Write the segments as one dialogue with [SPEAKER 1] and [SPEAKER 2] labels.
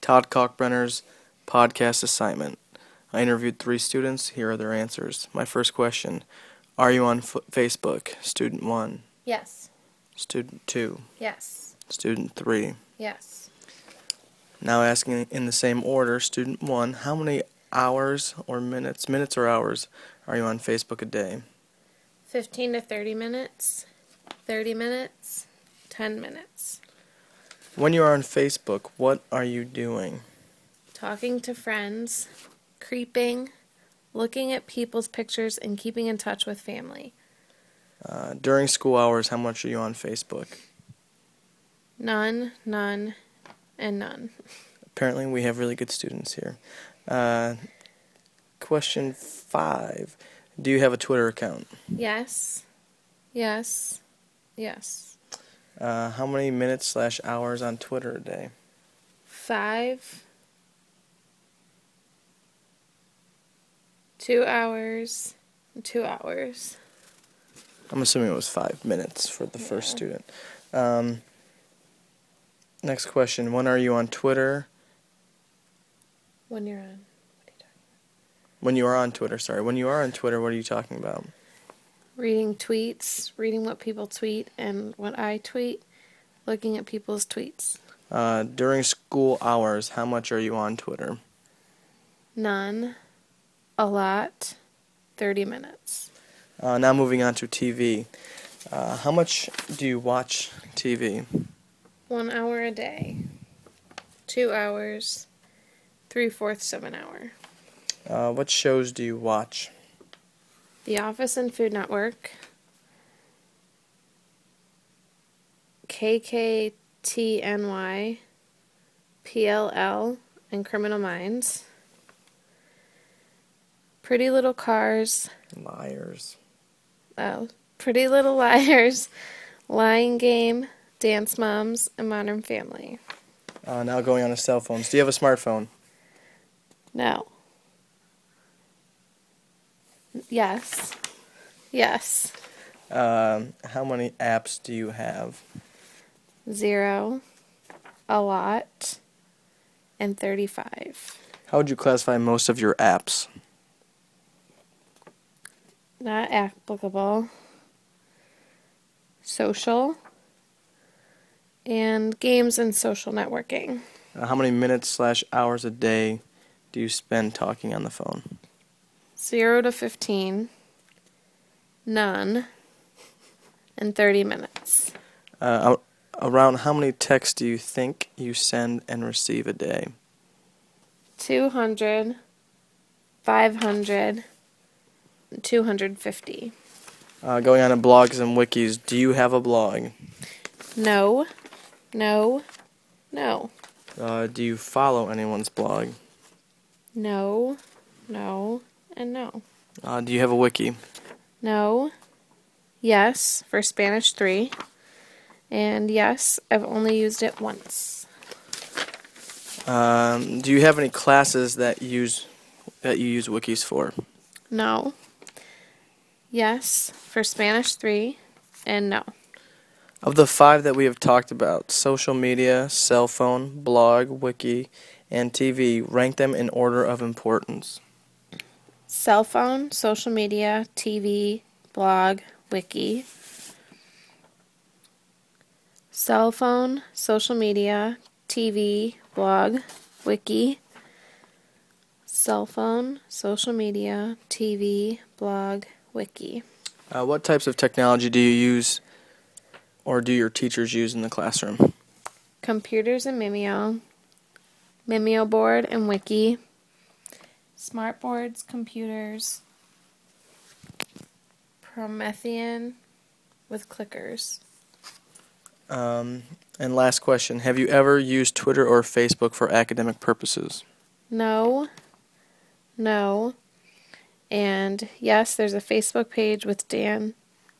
[SPEAKER 1] Todd Cockbrenner's podcast assignment. I interviewed three students. Here are their answers. My first question Are you on F- Facebook? Student 1,
[SPEAKER 2] Yes.
[SPEAKER 1] Student 2,
[SPEAKER 2] Yes.
[SPEAKER 1] Student 3.
[SPEAKER 2] Yes.
[SPEAKER 1] Now asking in the same order, Student 1, how many hours or minutes, minutes or hours, are you on Facebook a day?
[SPEAKER 2] 15 to 30 minutes. 30 minutes. 10 minutes.
[SPEAKER 1] When you are on Facebook, what are you doing?
[SPEAKER 2] Talking to friends. Creeping. Looking at people's pictures and keeping in touch with family.
[SPEAKER 1] Uh, during school hours, how much are you on Facebook?
[SPEAKER 2] None, none, and none.
[SPEAKER 1] Apparently, we have really good students here. Uh, question five Do you have a Twitter account?
[SPEAKER 2] Yes. Yes. Yes.
[SPEAKER 1] Uh, how many minutes slash hours on Twitter a day?
[SPEAKER 2] Five. Two hours. Two hours.
[SPEAKER 1] I'm assuming it was five minutes for the first
[SPEAKER 2] Yeah.
[SPEAKER 1] student. Um, next question When are you on Twitter?
[SPEAKER 2] When you're on.
[SPEAKER 1] When you are on Twitter, sorry. When you are on Twitter, what are you talking about?
[SPEAKER 2] reading tweets, reading what people tweet and what I tweet, looking at people's tweets.
[SPEAKER 1] Uh, during school hours, how much are you on Twitter?
[SPEAKER 2] None, a lot, 30 minutes.
[SPEAKER 1] Uh, now moving on to TV. Uh, how much do you watch TV?
[SPEAKER 2] One hour a day, two hours, three fourths of an hour.
[SPEAKER 1] Uh, what shows do you watch?
[SPEAKER 2] The Office and Food Network, KKTNY, PLL, and Criminal Minds. Pretty Little Cars,
[SPEAKER 1] Liars.
[SPEAKER 2] Oh, Pretty Little Liars, Lying Game, Dance Moms, and Modern Family.
[SPEAKER 1] Uh, now going on to cell phones. Do you have a smartphone?
[SPEAKER 2] No. Yes. Yes.
[SPEAKER 1] Um, how many apps do you have?
[SPEAKER 2] Zero. A lot. And 35.
[SPEAKER 1] How would you classify most of your apps?
[SPEAKER 2] Not applicable. Social. And games and social networking.
[SPEAKER 1] Uh, how many minutes slash hours a day do you spend talking on the phone?
[SPEAKER 2] Zero to 15, none, and 30 minutes.
[SPEAKER 1] Uh, a- around how many texts do you think you send and receive a day?
[SPEAKER 2] 200, 500, 250.
[SPEAKER 1] Uh, going on to blogs and wikis. Do you have a blog?
[SPEAKER 2] No, no, no,
[SPEAKER 1] Uh, do you follow anyone's blog?
[SPEAKER 2] no, no, and no.
[SPEAKER 1] Uh, do you have a wiki?
[SPEAKER 2] No, yes, for Spanish 3, and yes, I've only used it once.
[SPEAKER 1] Um, do you have any classes that use that you use wikis for?
[SPEAKER 2] No, yes, for Spanish 3, and no.
[SPEAKER 1] Of the five that we have talked about, social media, cell phone, blog, wiki, and TV, rank them in order of importance.
[SPEAKER 2] cell phone, social media, TV, blog, wiki. Cell phone, social media, TV, blog, wiki. Cell phone, social media, TV, blog, wiki.
[SPEAKER 1] Uh, what types of technology do you use, or do your teachers use in the classroom?
[SPEAKER 2] Computers and Mimeo. Mimeo board and wiki. Smart boards, computers. Promethean with clickers.
[SPEAKER 1] Um, and last question: Have you ever used Twitter or Facebook for academic purposes?
[SPEAKER 2] No. No. And yes, there's a Facebook page with Dan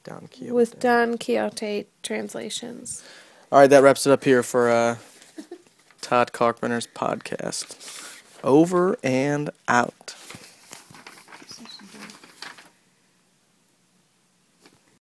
[SPEAKER 1] Don
[SPEAKER 2] with Don Quixote translations.
[SPEAKER 1] All right, that wraps it up here for uh, Todd Cockbrenner's podcast. Over and out.